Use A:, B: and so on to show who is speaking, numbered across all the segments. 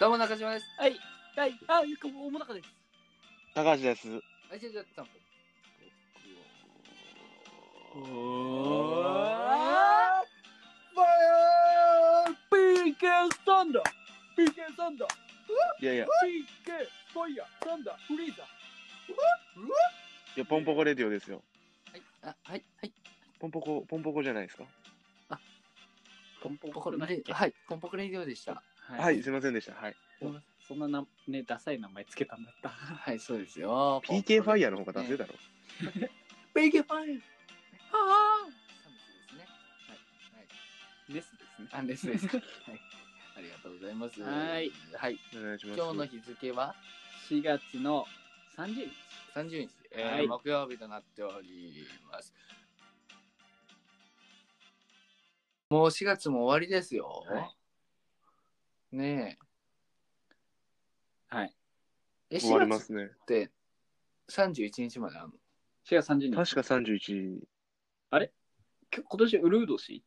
A: どうも中島です。
B: はい。はい。あ、ゆくも、おもなかです。
C: 高橋です。
A: あ、違う違う、タンポ。
B: あー PK スタンダー PK スタンダー
C: いやいや、い
B: PK ファイヤーサンダーフリーザ
C: やポンポコレディオですよ。
A: はい、あ、はい、はい。
C: ポンポコ、ポンポコじゃないですか。
B: ポンポ
A: ポコレレ、はい、ポンポコレディオでした。
C: はい、
A: はい、
C: すいませんでした。はい。
B: そんななねダサい名前つけたんだった
A: はい、そうですよ。
C: PK ファイヤーの方が
A: 出
C: 出せだろ。
B: PK ファイヤー
A: ああ。サムスですね。はい、はい、
B: で
A: アンレス
B: すですね
A: です。はい、ありがとうございます。
B: はい、
A: はい、
C: お願いします。
A: 今日の日付は
B: 4月の30日
A: 三十日、えー
B: はい
A: 木曜日となっております。もう四月も終わりですよ。
B: は
A: ね
B: はい
A: え、え、
C: 終わ
A: 四
C: りま
A: 月
C: すね。
A: って三十一日まであるの。
B: 4月30日
C: 確か31。
B: きょ今年ウルード氏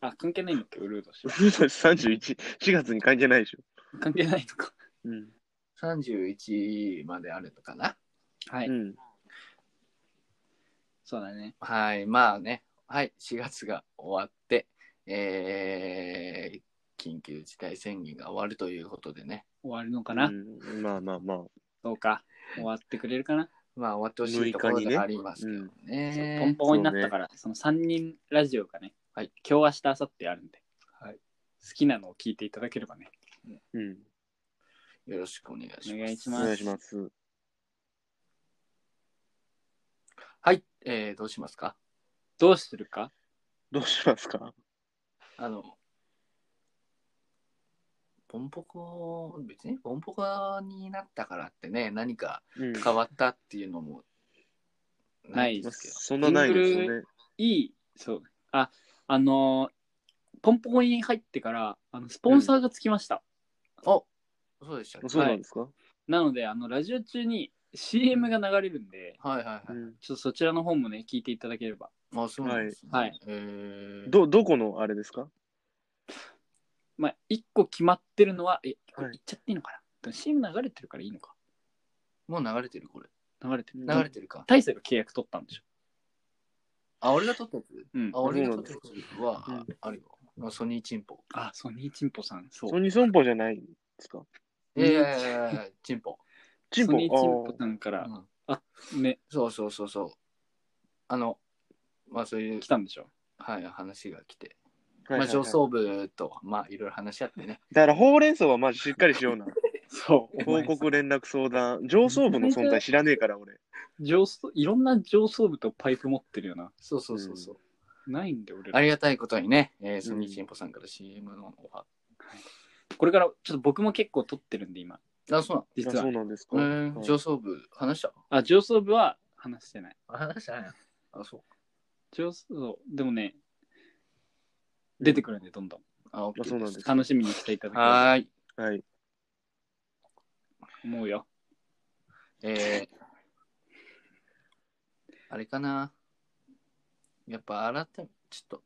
B: あ関係ないんだっけウルード氏
C: 31、4月に関係ないでしょ。
B: 関係ないのか
C: うん。
A: 31まであるのかな
B: はい、
C: うん。
B: そうだね
A: はい、まあね、はい、4月が終わって、えー、緊急事態宣言が終わるということでね、
B: 終わるのかな、
C: うんまあまあまあ。
B: そうか終わってくれるかな
A: まあ終わってほしいところではありますけどね。
B: そうポンポンになったから、その3人ラジオがね、
A: はい
B: 今日、明日、明後日あるんで、
A: はい
B: 好きなのを聞いていただければね。
C: うん。
A: よろしくお願いし
B: お
A: ます。
B: 願いし
C: お
B: ま
C: 願い
B: す
C: します。
A: はい、えー、どうしますか
B: どうするか
C: どうしますか
A: あの、ポンポコ、別にポンポコになったからってね、何か
C: うん。
A: 変わったっていうのも
B: ない
C: ま
A: で
C: あ
A: すけど。
C: そんなないですよね。
B: いい、そう。あ、あのーポンポコに入ってから、あのスポンサーがつきました。
A: おそうでしたっけ
C: そうなんですか、
B: なので、あの、ラジオ中に CM が流れるんで、
A: はいはいはい。
C: うん
B: ちょっとそちらの方もね、聞いていただければ。
A: あ、そうなんですね。
B: はいはい
A: えー、
C: ど、どこのあれですか
B: まあ、1個決まってるのは、え、これ
C: はい
B: 言っちゃっていいのかな、でも ?CM 流れてるからいいのか
A: もう流れてるこれ。
B: 流れてる。
C: 流
A: 流れてるか。
B: 大勢が契約取ったんでしょ。
A: あ、俺が撮ったやつ
B: うん
A: あ、。俺が撮ったやつは
C: うん
A: あるよ。まあソニーチンポ。
B: あ、そう、ニーチンポさん、そう。
C: ソニーソンポじゃないんですか
B: うん
A: ええ、チンポ。
C: チン
B: ソニーチン
C: ポ
B: ポ。さんか
A: う
B: ら、
A: ん
B: ね、
A: そうそうそうそう。あの、まあそういう
B: 来、たんでしょ。
A: はい、話が来て。
C: あーは
A: まあ
C: いはいはい
A: 上層部と、まあいろいろ話し合ってね。
C: だからほうれん草はまずしっかりしような。
B: そう。
C: 報告連絡相談。上層部の存在知らねえから俺。
B: 上層いろんな上層部とパイプ持ってるよな。
A: そうそうそうそう。
B: ないんで、俺
A: あ
B: ら。
A: りがたいことにね、えーソニーチンポさんから CM のオファ
B: これから、ちょっと僕も結構取ってるんで、今。
A: ー。あ、そうなの
C: あ
B: 実
C: そ
B: は
C: う。なんですか、
A: えー
C: はい
A: 上層部、話した
B: あ、上層部は話してない。
A: 話したね。あ、そう。
B: 上層部、でもね、出てくるんで、どんどん。
A: あ、オッ
C: あ
A: ケ
C: そう
A: ー。
C: なんですか
B: 楽しみにしていただければ
A: はーい。
C: はい。
B: と思うよ。
A: えー、あれかな。やっぱ改め、ちょっと、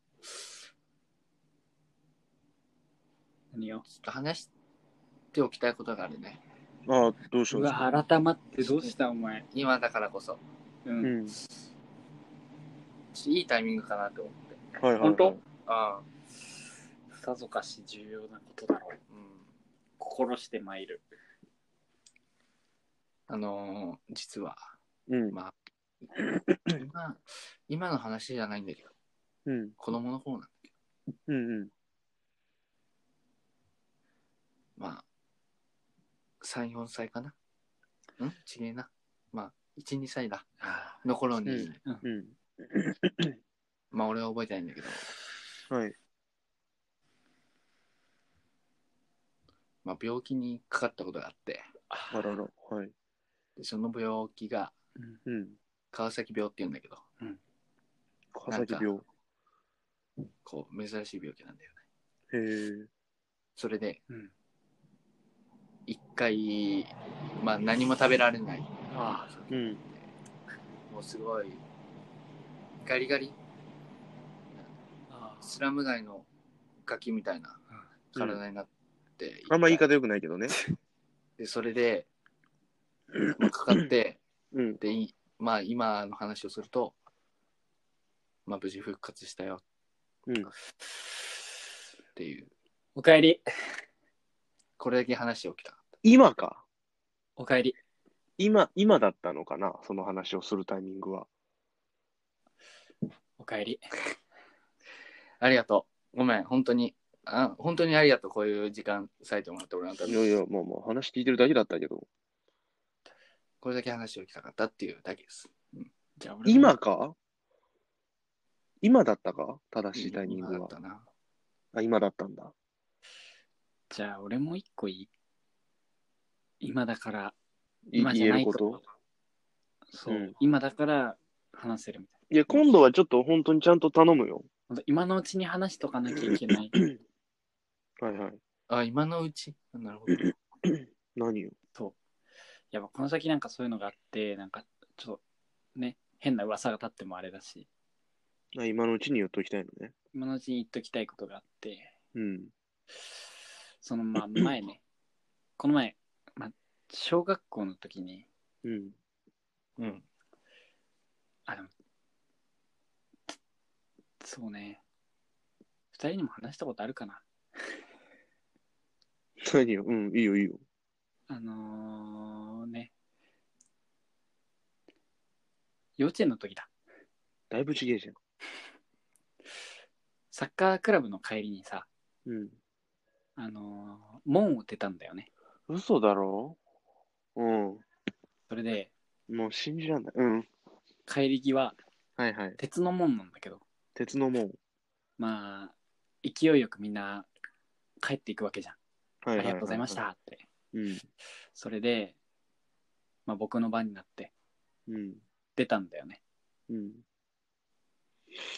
B: 何よ。
A: ちょっと話しておきたいことがあるね。
C: ああ、どうしよ
B: う
C: うですか。
B: わ、改まってどうした、お前。
A: 今だからこそ、
B: う。
C: うんん。
A: ちょっといいタイミングかなと思って。
C: はいはい、はい。
B: 本当
A: ああ、
B: さぞかし重要なことだろう。
A: うん。
B: 心して参る。
A: あのー実は、
C: うん。
A: まあ、今、今の話じゃないんだけど、
C: うん。
A: 子供の方なんだけ
C: うん。うん。
A: ど、まあ、3、4歳かな。んちげえな。まあ、1、2歳だ。の頃に、
C: うんうん。
A: まあ俺は覚えてないんだけど、
C: はい。
A: まあ病気にかかったことがあって、
C: あらら。はい。
A: でその病気が
B: うん
C: うん。
A: 川崎病って言うんだけど、
C: 川崎病。
A: こう珍しい病気なんだよね。
C: へえ。
A: それで
B: うん
A: 一回、まあ何も食べられない。
B: あ
C: うん。
A: もうすごいガリガリ、
B: あ
A: スラム街のガキみたいな
C: うん
A: 体になって、って。
C: あんま言い方良くないけどね。
A: で、それで、まあかかって、
C: うん。
A: で、いまあ、今の話をすると、まあ、無事復活したよ
C: うん。
A: っていう、
B: おかえり、
A: これだけ話しておきた。
C: 今か。
B: おかえり。
C: 今、今だったのかなその話をするタイミングは。
B: おかえり。
A: ありがとう。ごめん、本当に。あ本当にありがとう。こういう時間割いてもらって俺のため
C: い
A: に
C: やいや、まあまあ、話聞いてるだけだったけど。
A: これだけ話しておきたかったっていうだけです。
B: じゃあ俺も
C: 今か今だったか正しいタイミン
A: 今
C: グ
A: だ
C: は
A: っ。たな。
C: あ、今だったんだ。
B: じゃあ俺も一個いい今だから、
C: い
B: 今じゃ
C: 言え
B: な
C: る
B: い
C: ことと
B: そう、
C: うん
B: 今だから話せるみたいな。
C: いや、今度はちょっと本当にちゃんと頼むよ。
B: ほんと今のうちに話しとかなきゃいけ ない。
C: はいはい。
A: あ、今のうちなるほど。
C: 何よ。
B: やっぱこの先なんかそういうのがあって、なんかちょっとね、変な噂が立ってもあれだし、
C: あ今のうちに言っときたいのね。
B: 今のうちに言っときたいことがあって、
C: うん。
B: そのまあ前ね、この前、まあ、小学校の時に、
C: うん。
A: うん。
B: あ、でも、そうね、二人にも話したことあるかな。
C: 何よ。うん、いいよいいよ。
B: あのー、ね、幼稚園の時だ。
C: だいぶちげえじゃん。
B: サッカークラブの帰りにさ、
C: うん。
B: あのー門を出たんだよね。
C: 嘘だろうん。
B: それで、
C: もう信じらんない。うん。
B: 帰り際、
C: はいはい。
B: 鉄の門なんだけど、
C: 鉄の門。
B: まあ、勢いよくみんな帰っていくわけじゃん。
C: は
B: あ
C: い
B: りがとうございまし。たって。
C: うん。
B: それで、まあ、僕の番になって
C: うん。
B: 出たんだよね。
C: うん。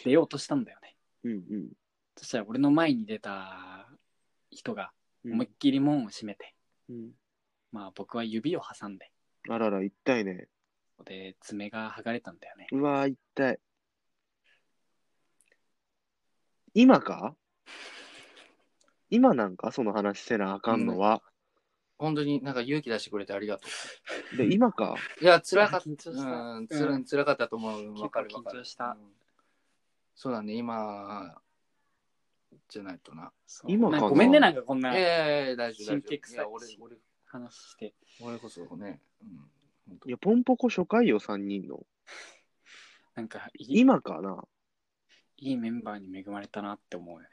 B: 出ようとしたんだよね。
C: うん。うん。
B: そしたら俺の前に出た人が
C: うん
B: 思いっきり門を閉めて、
C: うん。
B: まあ僕は指を挟んで、
C: あらら、痛いね。
B: で、爪が剥がれたんだよね。
C: うわー、痛い。今か今なんかその話せなあかんのは。
A: 本当になんか勇気出してくれてありがと
C: で、今か
A: う。いや、辛かった。
B: 緊張した
A: うん、つら
B: うん
A: 辛かったと思う。わかる
B: 結
A: わ
B: 構
A: かる。
B: 緊張した
A: うんそうだね、今、じゃないとな。
B: そう
C: 今かな
B: まあごめんね、なんかこんな
A: ええ、大丈夫、大
B: 神
A: 丈夫。
B: 経
A: い
B: 臭い
A: や、俺、俺、
B: 話して。
A: 俺こそね。うん本当
C: いや、ポンポコ初回よ、3人の。
B: なんかいい
C: 今かない
B: いメンバーに恵まれたなって思うよね。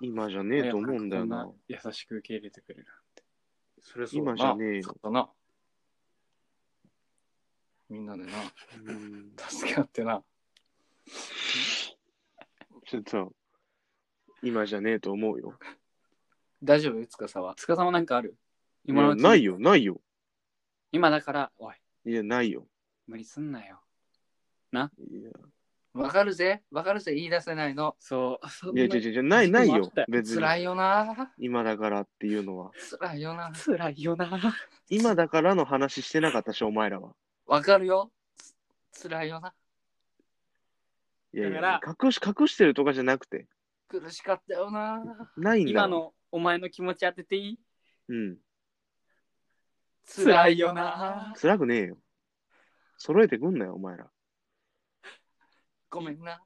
C: 今じゃねえと思うんだよ
B: なんか。
C: な
B: こん優しく受け入れてくれる なんて。
A: それそうだ
C: 今
A: な
C: じゃねえ
A: そう
C: よ。
A: だな。みんなでな、
C: うん
A: 助け合ってな。
C: ちょっと、今じゃねえと思うよ。
A: 大丈夫、つかさは。
B: つかさまなんかある 今のう
C: 今
B: ち
C: ないよ、ないよ。
B: 今だから、おい、
C: いや、ないよ。
B: 無理すんなよ。
C: いや、
A: わかるぜ、わかるぜ、言い出せないの。
B: そう、そん
C: い
B: な
C: や、違う違うない、ないよ。別に。
A: 辛いよな。
C: 今だからっていうのは。
A: 辛いよな。
B: 辛いよな。
C: 今だからの話してなかったし、お前らは。
A: わかるよ。つ辛いよな。
C: いやい
B: だ
C: や
B: か、
C: 隠し、隠してるとかじゃなくて。
A: 苦しかったよな。
C: ないんだ。
B: 今。のお前の気持ち当てていい
C: うん。
B: 辛いよな。
C: 辛くねえよ。揃えてくんなよ、お前ら。
A: ごめんな。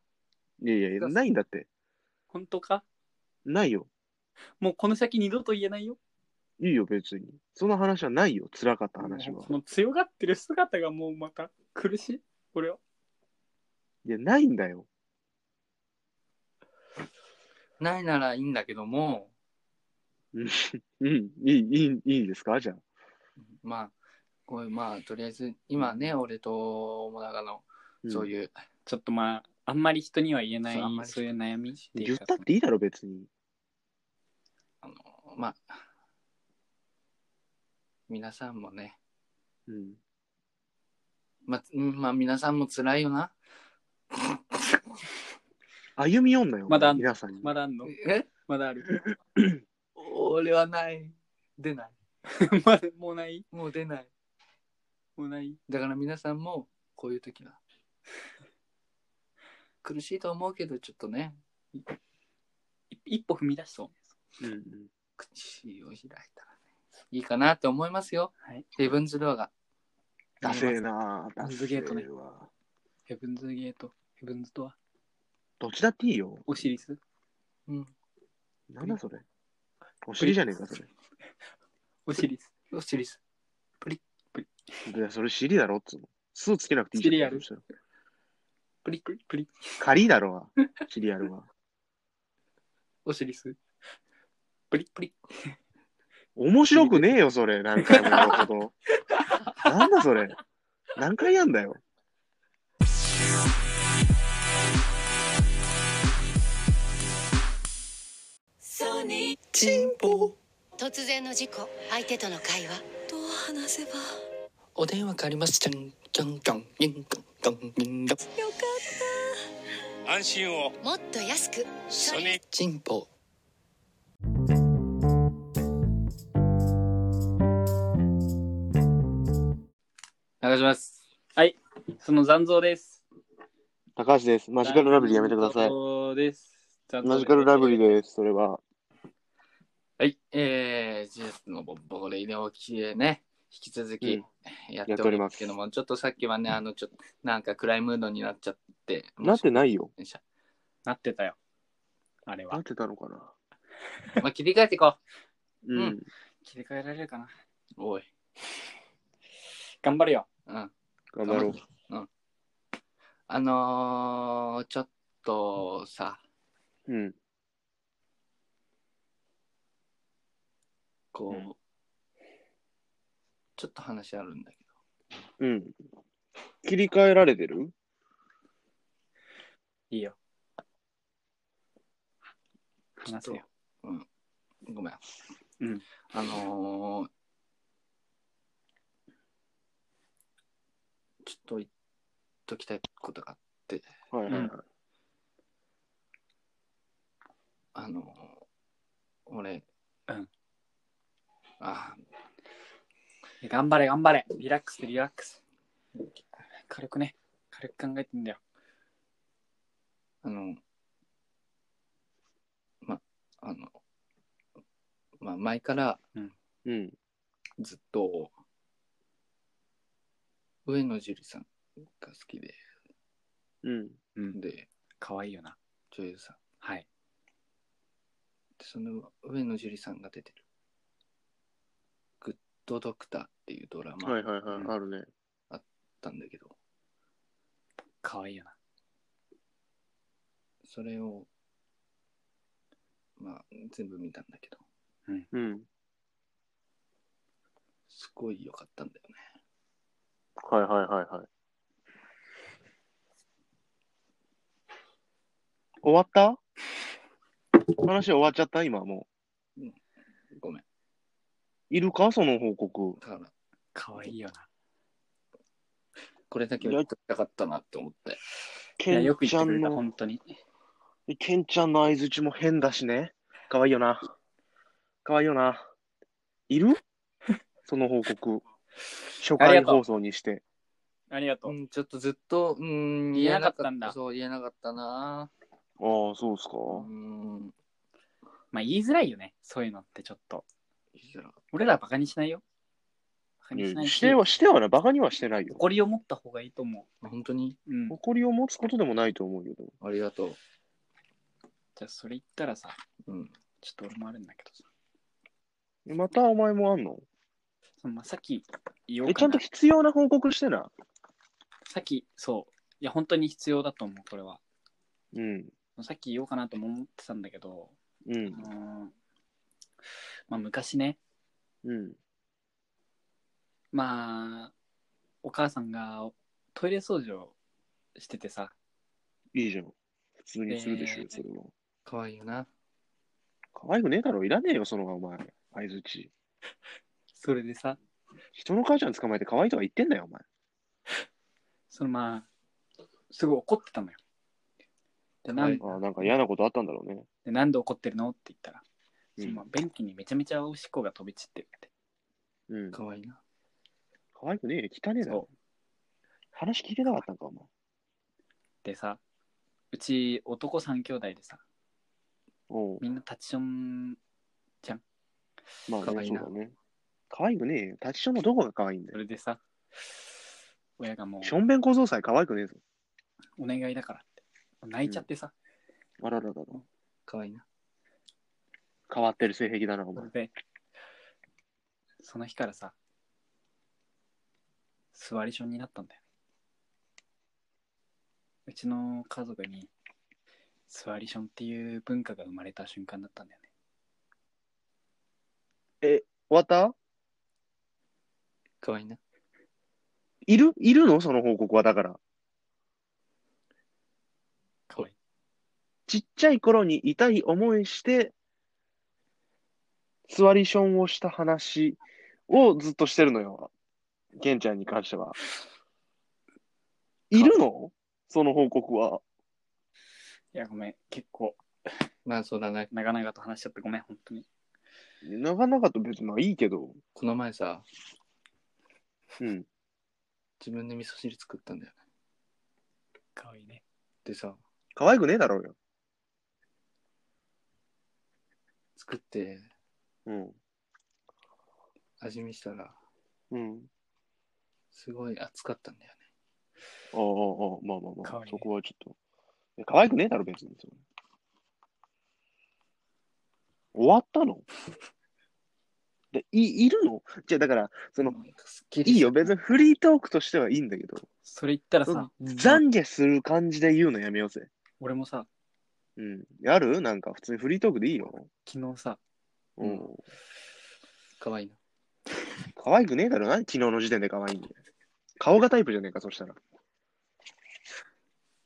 C: いやいやいや、ないんだって。
B: 本当か
C: ないよ。
B: もうこの先二度と言えないよ。
C: いいよ、別に。その話はないよ、辛かった話
B: も
C: は
B: う。その強がってる姿がもうまた苦しい。俺は。
C: いや、ないんだよ。
A: ないならいいんだけども、
C: うん、いい、いい、いいですかじゃあ。
A: まあ、こういう、まあ、とりあえず、今ね、俺と友永の、そう
C: うん。
A: いう、
B: ちょっとまあ、あんまり人には言えない、
A: そうあ
B: そ
A: んま
B: う
A: り
B: いう悩みってい
C: 言
B: う
C: っ
B: か
C: たっていいだろ、別に。
A: あの、まあ、皆さんもね、
C: うん。
A: まあ、うんまあ、皆さんも辛いよな。
C: 歩み寄んなよ、
B: まだ
C: 皆さんに。
B: まだあんの
A: え
B: まだある。
A: 俺はない。出ない。
B: まだもうない
A: もう出ない。
B: もうない
A: だから皆さんも、こういう時は。 苦しいと思うけど、ちょっとね、
B: い一歩踏み出しそう。
C: うんうん
A: 口を開いたらね、いいかなって思いますよ。
B: はい。
A: ヘブンズドアが。
C: ダセえな
B: ダ
C: ダ
B: セ
C: セ
B: え
C: え
B: わ
C: わ。
B: ヘブンズゲート、ヘブンズドア、
C: どっちだっていいよ。
B: オシリス。
A: うん。
C: なんだそれ。お尻じゃねえか、それ。
B: オシリス。
A: オシリス。
C: いや、それ尻だろっつうの。スーつけなくていいじゃん。
B: 尻やる
C: そしたら
B: プリプリプリ。
C: 仮だろうが、尻やるわ。
B: オシリス。
A: プリプリ。
C: 面白くねえよ、それ。何回もやるほ ど。なんだそれ。何回やんだよ。
D: ソニー
E: チンポ
D: 突然の事故相手との会話どう話せば
E: お電話変わりましたじゃんじゃんじゃんじゃんじゃんじゃん
D: よか
F: 安心を
D: ったもっと安く
F: ソニー
E: チンポ
A: 流します。
B: その残像です。
C: 高橋です。マジカルラブリーやめてください。
B: 残像です。残像です
C: マジカルラブリーです、それは。
A: はい。えー、ジュースのボンボコレイでおきでね、引き続
C: う
A: き
C: ん
A: やっておりますけども、ちょっとさっきはね、あの、ちょっと、なんか暗いムードになっちゃって。
C: なってないよ。
A: よいしょ
B: なってたよ。あれ
C: なっ
B: は。
C: てたのかな。
A: まあ、切り替えていこ
C: うん。
A: うん
B: 切り替えられるかな。
A: う。おい。
B: 頑張るよ。
A: うん。
C: 頑張ろう。
A: あのー、ちょっとさ、
C: うん。
A: こう、
B: うん
A: ちょっと話あるんだけど。
C: うん。切り替えられてる
B: いいよ。話せよ。
A: ごめん。
B: うん
A: あのーちょっと言っときたいことが、
C: はいはいはい。
A: あのー俺、
B: うん
A: あ
B: 頑張れ、頑張れ。リラックス、リラックス。軽くね。軽く考えてんだよ。
A: あの、ま、あの、まあ、前から
C: うん。
A: ずっと、上野樹里さんが好きで、
C: うん。
B: うん。
A: で、
B: かわいいよな。
A: 女優さん。
B: はい。
A: でその上野樹里さんが出てる「グッドドクター」っていうドラマ
C: は
A: だ
C: い
A: っ
C: はいはい。あるね。
A: たんだけど、
B: かわいいよな。
A: それをまあ全部見たんだけど
C: うん。
A: すごい良かったんだよね
C: はいはいはいはい。終わった話終わっちゃった今も
A: ごめん
C: う。いるかその報告。
A: だから
B: かわいいよな。
A: これだけは言っときたかったなって思って
B: い
C: ケ
B: や、よく
C: ンち
B: 言っ
C: ゃ
B: てく
C: ん
B: れた、
C: の、
B: 本当に。
C: ケンちゃんの相づちも変だしね。かわいいよな。かわいいよな。いる その報告。初
B: あり
C: 回
B: がとう
C: 放送にして。
B: ありがと
A: う
B: う。
A: んちょっとずっとうん
B: 言えなかったんだ
A: そう言えなかったな
C: ああ、そうですか。
A: うん
B: まあ、言いづらいよね。そういうのってちょっと。
A: 言いづらかっ
B: 俺らバカにしないよ。バカにし
C: い
B: ない
C: やしては、してはな、バカにはしてないよ。
B: 誇りを持った方がいいと思
A: た本当に
B: う。うん。じ
C: 誇りを持つことでもないと思うよ。でも
A: ありがとう
B: ゃあ、それ言ったらさ、
A: うん
B: ちょっと俺もあるんだけどさ。
C: またお前もあんの
B: そのまあ、さっき言おう
C: え、ち
B: か
C: ゃん
B: な
C: と。必要な報告してな。
B: さっき、そう。いや、本当に必要だと思う、これは。
C: うん。
B: さっき言おうかなとも思ってたんだけど、
C: う。
B: うんーんまあ、昔ね、
C: うん。
B: まあ、お母さんがトイレ掃除をしててさ、
C: いいじゃん。普通にするでしょ
B: え、ー
C: それは。
A: 可愛いよな
C: 可愛くねえだろ。いらねえよ、そのお前。相づち。
B: それでさ、
C: 人の母ちゃん捕まえて可愛いとは言ってんだよ、お前。
B: そのまあ、すごい怒ってたのよ。で、なん
C: あーなんか嫌なことあったんだろうね。
B: でなんで怒ってるのって言ったら、
C: うん
B: そのまあ便器にめちゃめちゃおしっこが飛び散ってるって。
C: うん。
A: 可愛いな
C: 可愛くねえよ。汚ねえだろ
B: そ。
C: 話聞いてなかったんか、お前。
B: でさ、うち男3兄弟でさ、
C: おう
B: みんなタッチション
C: まあ、ね、
B: 可愛いな
C: そうだね。可愛くねえよ。立ちションのどこが可愛いんだ
B: そ
C: よ。
B: れでさ、親がもう
C: ションベン小僧さえ可愛くねえぞ。
B: お願いだからって、泣いちゃってさ、
C: あらららら。
B: 可愛いな。
C: 変わってる性癖だな、お
B: そ
C: 前
B: れ。で、その日からさ、座りションになったんだよ。うちの家族に、座りションっていう文化が生まれた瞬間だったんだよね。
C: 終わった
A: 可愛いな。
C: いるいるのその報告は。だから。
B: 可愛い。
C: ちっちゃい頃に痛い思いして、座りションをした話をずっとしてるのよ。ケンちゃんに関しては。いるのその報告は。
B: いや、ごめん。結構、
A: まあそうだね。
B: 長々と話しちゃってごめん、本当に。
C: なかなかと別にまあいいけど。
A: この前さ、
C: うん。
A: 自分で味噌汁作ったんだよね。
B: 可愛いね。
A: でさ、
C: 可愛くねえだろうよ。
A: 作って
C: うん。
A: 味見したら、
C: うん。
A: すごい熱かったんだよね。
C: ああ、ああ、まあまあ
B: 可
C: まあ
B: 愛。い
C: そこはちょっと。いや可愛くねえだろ、別に。それ終わったのでいいるのじゃあだから、その、
A: すっきり
C: いいよ、
A: した
C: 別にフリートークとしてはいいんだけど、
B: それ言ったら
C: そ
B: さ
C: の、懺悔する感じで言うのやめようぜ。
B: 俺もさ、
C: うん。やるなんか普通にフリートークでいいよ。
B: 昨日さ、
C: うん。
A: うん可愛いな。
C: 可愛くねえだろ、何昨日の時点で可愛いんだよ。顔がタイプじゃねえか、そしたら。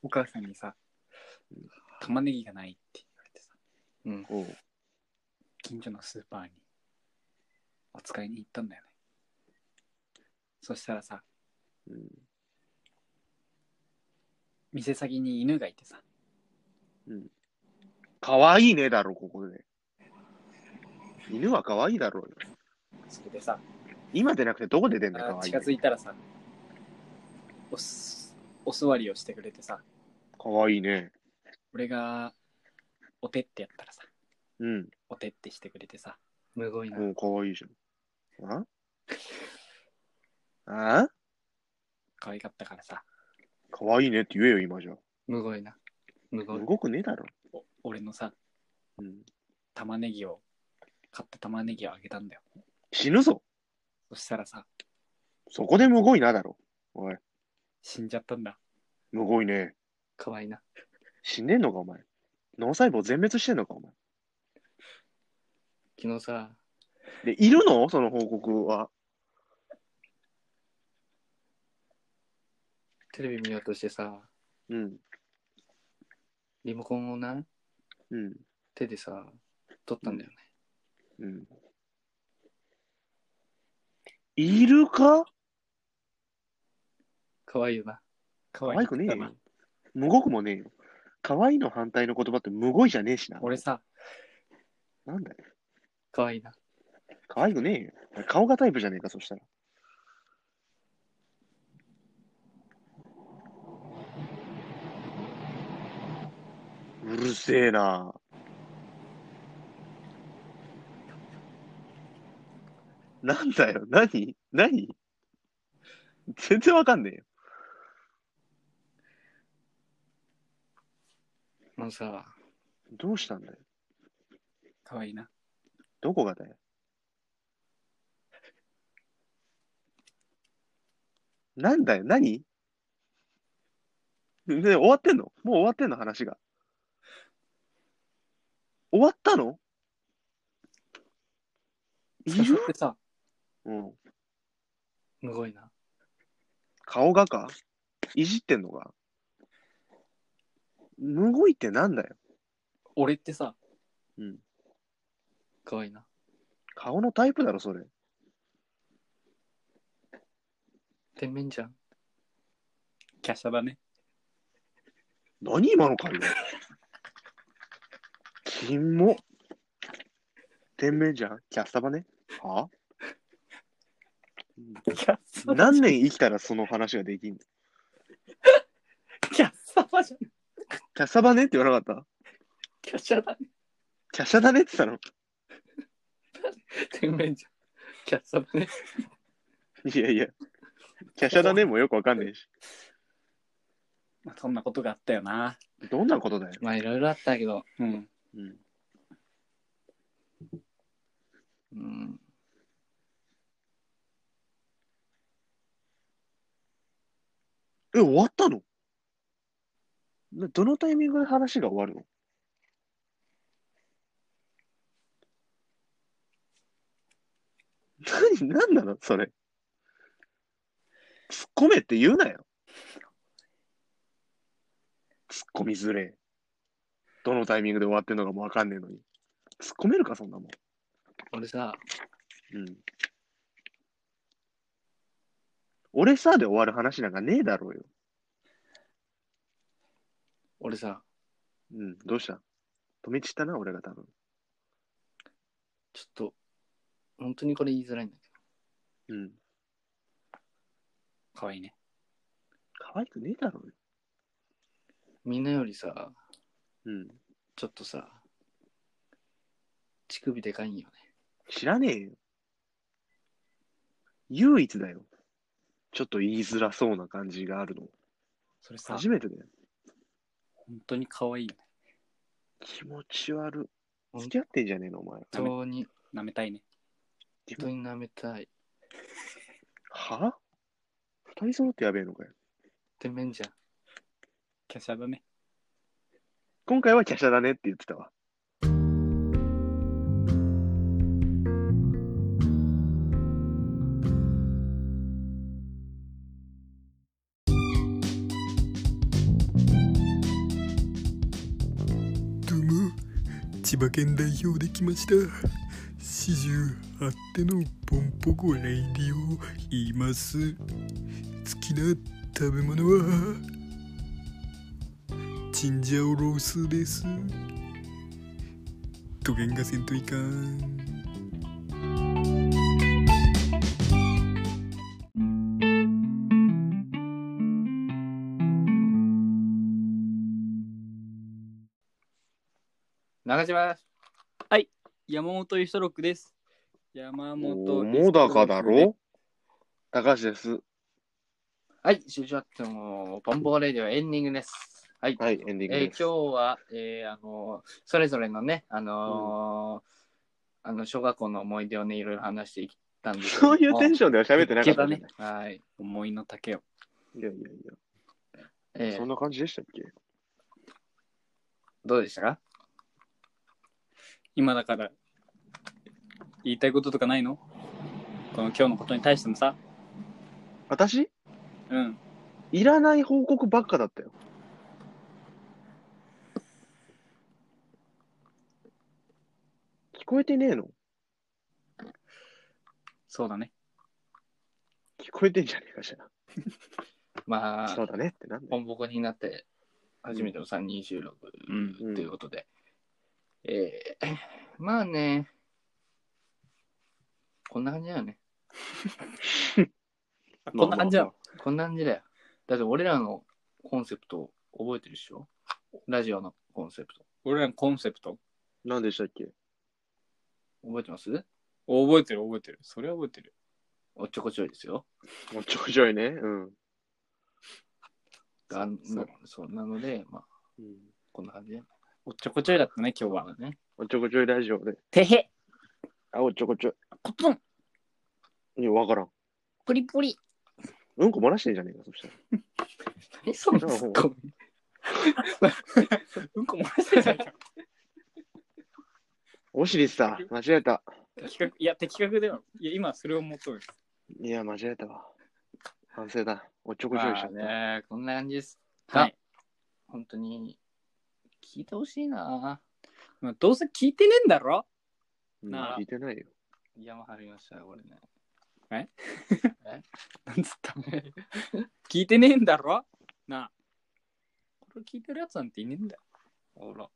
B: お母さんにさ、玉ねぎがないって言われてさ、
A: うん。
C: おう
B: 近所のスーパーにお使いに行ったんだよね。そしたらさ、
C: うん。
B: 店先に犬がいてさ、
C: 可愛いねえだろ、ここで。犬は可愛いだろうよ。
B: それでさ、
C: 今でなくてどこで出んだよ、可愛い
B: 近づ
C: ね。
B: いたらさ、おすお座りをしてくれてさ、
C: 可愛いね。
B: 俺がお手ってやったらさ、
C: うん。
B: お手ってしてくれてさ、
A: むごいな。
C: もう可愛いじゃん。ああ
B: 可愛かったからさ、
C: 可愛いねって言えよ、今じゃ。
A: むごいな。むごい。
C: 動くねえだろ。
B: お俺のさ、
C: うん。
B: 玉ねぎを、買った玉ねぎをあげたんだよ。
C: 死ぬぞ。
B: そしたらさ、
C: そこでむごいなだろ。おい、
B: 死んじゃったんだ。
C: むごいね。
A: 可愛いな。
C: 死んでんのか、お前。脳細胞全滅してんのか、お前。
A: 昨日さ、
C: で、いるのその報告は。
A: テレビ見ようとしてさ、
C: うん。
A: リモコンをな、
C: うん。
A: 手でさ、取ったんだよね。
C: うん。いるか
A: 可愛いよな。
B: 可
C: 可愛くねえ
B: な
C: よ。むごくもねえよ。可愛いの反対の言葉ってむごいじゃねえしな。
B: 俺さ、
C: なんだよ。
A: 可愛いな。
C: 可愛くねえよ。顔がタイプじゃねえか、そしたら。うるせえな。なんだよ、何何全然わかんねえよ。
A: あのさ、
C: どうしたんだよ。
B: 可愛いな。
C: どこがだよ。なんだよ、何ねね終わってんのもう終わってんの話が。終わったのい
B: 誘
C: る
B: ってさ、
C: うん。
A: むごいな。
C: 顔がかいじってんのかむごいってなんだよ。
B: 俺ってさ、
A: 可愛いな。
C: 顔のタイプだろ、それ。
A: 天面じゃん。
B: 華奢だね。
C: 何今の会話 キモ天命じゃんキャスタバねは
B: 華奢
C: 何年生きたらその話ができんの
B: キャッサバじゃん。
C: キャスタバねって言わなかった
B: キャシャだね。
C: キャシャだねって言ったの
A: 天然じゃん。キャッサバね。
C: いやいや、華奢だねもよくわかんねえし。
B: まあ、そんなことがあったよな。
C: どんなことだよ。
A: まあいろいろあったけど。
B: うん。
C: うん。
A: うん。
C: え、終わったのなどのタイミングで話が終わるの 何、何なのそれ。突っ込めって言うなよ。突っ込みずれえ。どのタイミングで終わってんのかもわかんねえのに。突っ込めるか、そんなもん。
A: 俺さ、
C: うん。俺さで終わる話なんかねえだろうよ。
A: 俺さ、
C: うん、どうした止めちったな、俺が多分。
A: ちょっと、本当にこれ言いづらいんだけ
C: うん。
B: かわいいね。
C: 可愛くねえだろうよ。
A: ど、みんなよりさ、
C: うん。
A: ちょっとさ、乳首でかいんよね。
C: 知らねえよ。唯一だよ。ちょっと言いづらそうな感じがあるの。
B: それさ、
C: 初めてだよ。
B: 本当に可愛いよね。
C: 気持ち悪い。
A: 本当
C: 付き合ってんじゃねえの、お前ら。
A: 本当に、
B: 舐めたいね。
A: 本当に舐めたい。
C: は二人揃ってやべえのかよ。
A: 天面じゃん。
B: キャシャだね。
C: 今回は華奢だねって言ってたわ。
G: どうも千葉県代表できました四十あってのポンポコレイディオ言います好きな食べ物はチンジャオロースですとげんがせんといかん
A: 中島です。
B: 山本由ろくです。山本。
C: 桃高だろ高橋です。
A: はい、終了っても、ボンボーレディオエンディングです。はい。
C: はい、エンディング
A: えー
C: です。
A: 今日は、えーあのーそれぞれのね、あのーあの小学校の思い出をね、いろいろ話していったんですけど
C: そ
A: も
C: ういうテンションでは喋ってなかったんだ
B: いけ
A: はい。
B: 思いの丈を。
C: いやいやい
A: え
C: や、
A: ー
C: そんな感じでしたっけ
A: どうでしたか
B: 今だから、言いたいこととかないのこの今日のことに対してもさ。
C: 私
B: うん。
C: いらない報告ばっかだったよ。聞こえてねえの
B: そうだね。
C: 聞こえてんじゃねえかし
A: ま
C: ら。そう
A: あ、
C: だねってなんだよ。
A: 本ボコになって、初めての3人収録
B: うん
A: ということで。えー まあね、こんな感じだよね。
B: こんな感じだ
C: まあ
A: こんな感じだよ。だって俺らのコンセプト覚えてるでしょラジオのコンセプト。
B: 俺らのコンセプト。
C: まあまあ。何でしたっけ
A: 覚えてます
B: 覚えてる覚えてる。それは覚えてる。
A: おっちょこちょいですよ。
C: もうちょいちょいね。うん。
A: がん
B: そう
A: そうなので、まあ、
C: うん
A: こんな感じだよね
B: おっちょこちょいだったね、今日は。
A: ね。
C: おちょこちょいラジオで。
B: てへ
C: あ、おちょこちょ
B: コトン
C: い。いや、わからん。
B: プリプリ
C: うんこ漏らしてんじゃねえか、そしたら。
A: 何そのツッコミ。
B: うんこ漏らしてないか
C: おしりさ、間違えた。
B: 的確いや、的確では。いや、今それを求めてる。
C: いや、間違えたわ。反省だ。おちょこちょい
A: ま
C: しちゃ
A: あ
C: った。
A: ね、こんな感じです。
B: はい
A: 本当に、聞いてほしいな。
B: まあ、どうせ聞いてねえんだろ
C: うん
B: なあ
C: 聞いてないよ。
A: 山張りましたよ、俺ね。
B: なんつった聞いてねえんだろなあ。これ聞いてるやつなんていねえんだよ。
A: ほら。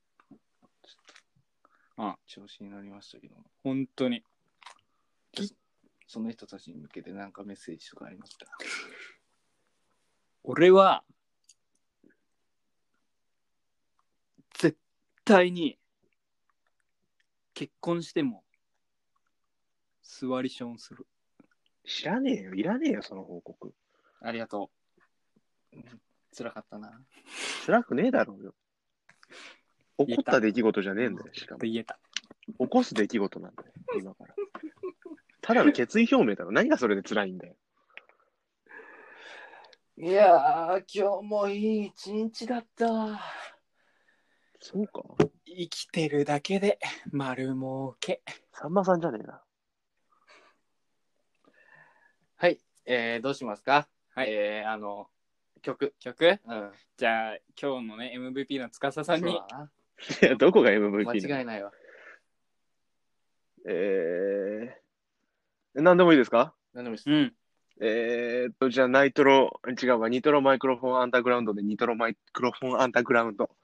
B: あ
A: 調子に乗りましたけども。
B: 本当に。
A: その人たちに向けて何かメッセージとかありますか
B: 俺は、絶対に、結婚しても、座りションする。
C: 知らねえよ。いらねえよ、その報告。
A: ありがとう。うん辛かったな。
C: 辛くねえだろうよ。起こった出来事じゃねえんだよ、しかも
B: と。言えた。
C: 起こす出来事なんだよ、今から。ただの決意表明だろ。何がそれで辛いんだよ。
A: いやー、今日もいい一日だった。
C: そうか。
B: 生きてるだけで丸儲け。
C: さんまさんじゃねえ な。
A: はい、えー、どうしますか
B: はい
A: えー、あの、曲。
B: 曲
A: うん。
B: じゃあ、今日のね、MVP の司さんに
A: そう。だない
C: や、どこが MVP なの
A: 間違いないわ。
C: えー、何でもいいですか
A: 何でもいいです
B: うん。
C: えーっと、じゃあ、ナイトロ、違うわ、ニトロマイクロフォンアンダーグラウンドで、ニトロマイクロフォンアンダーグラウンド。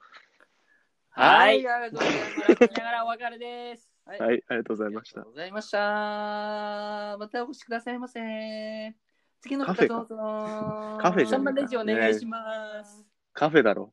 A: はい、
B: ありがとうございます。笑いながらお別れです。
A: はい
C: はい、ありがとうござい
A: ありが
C: まし
A: と
C: た
A: う。ございました。またお越しくださいませ。次の
C: カフ
A: 方
C: ェか
A: どうぞ。
C: カフェじゃ
B: そん
C: ね
B: な
C: えか
B: レジお願いします。
C: カフェだろ。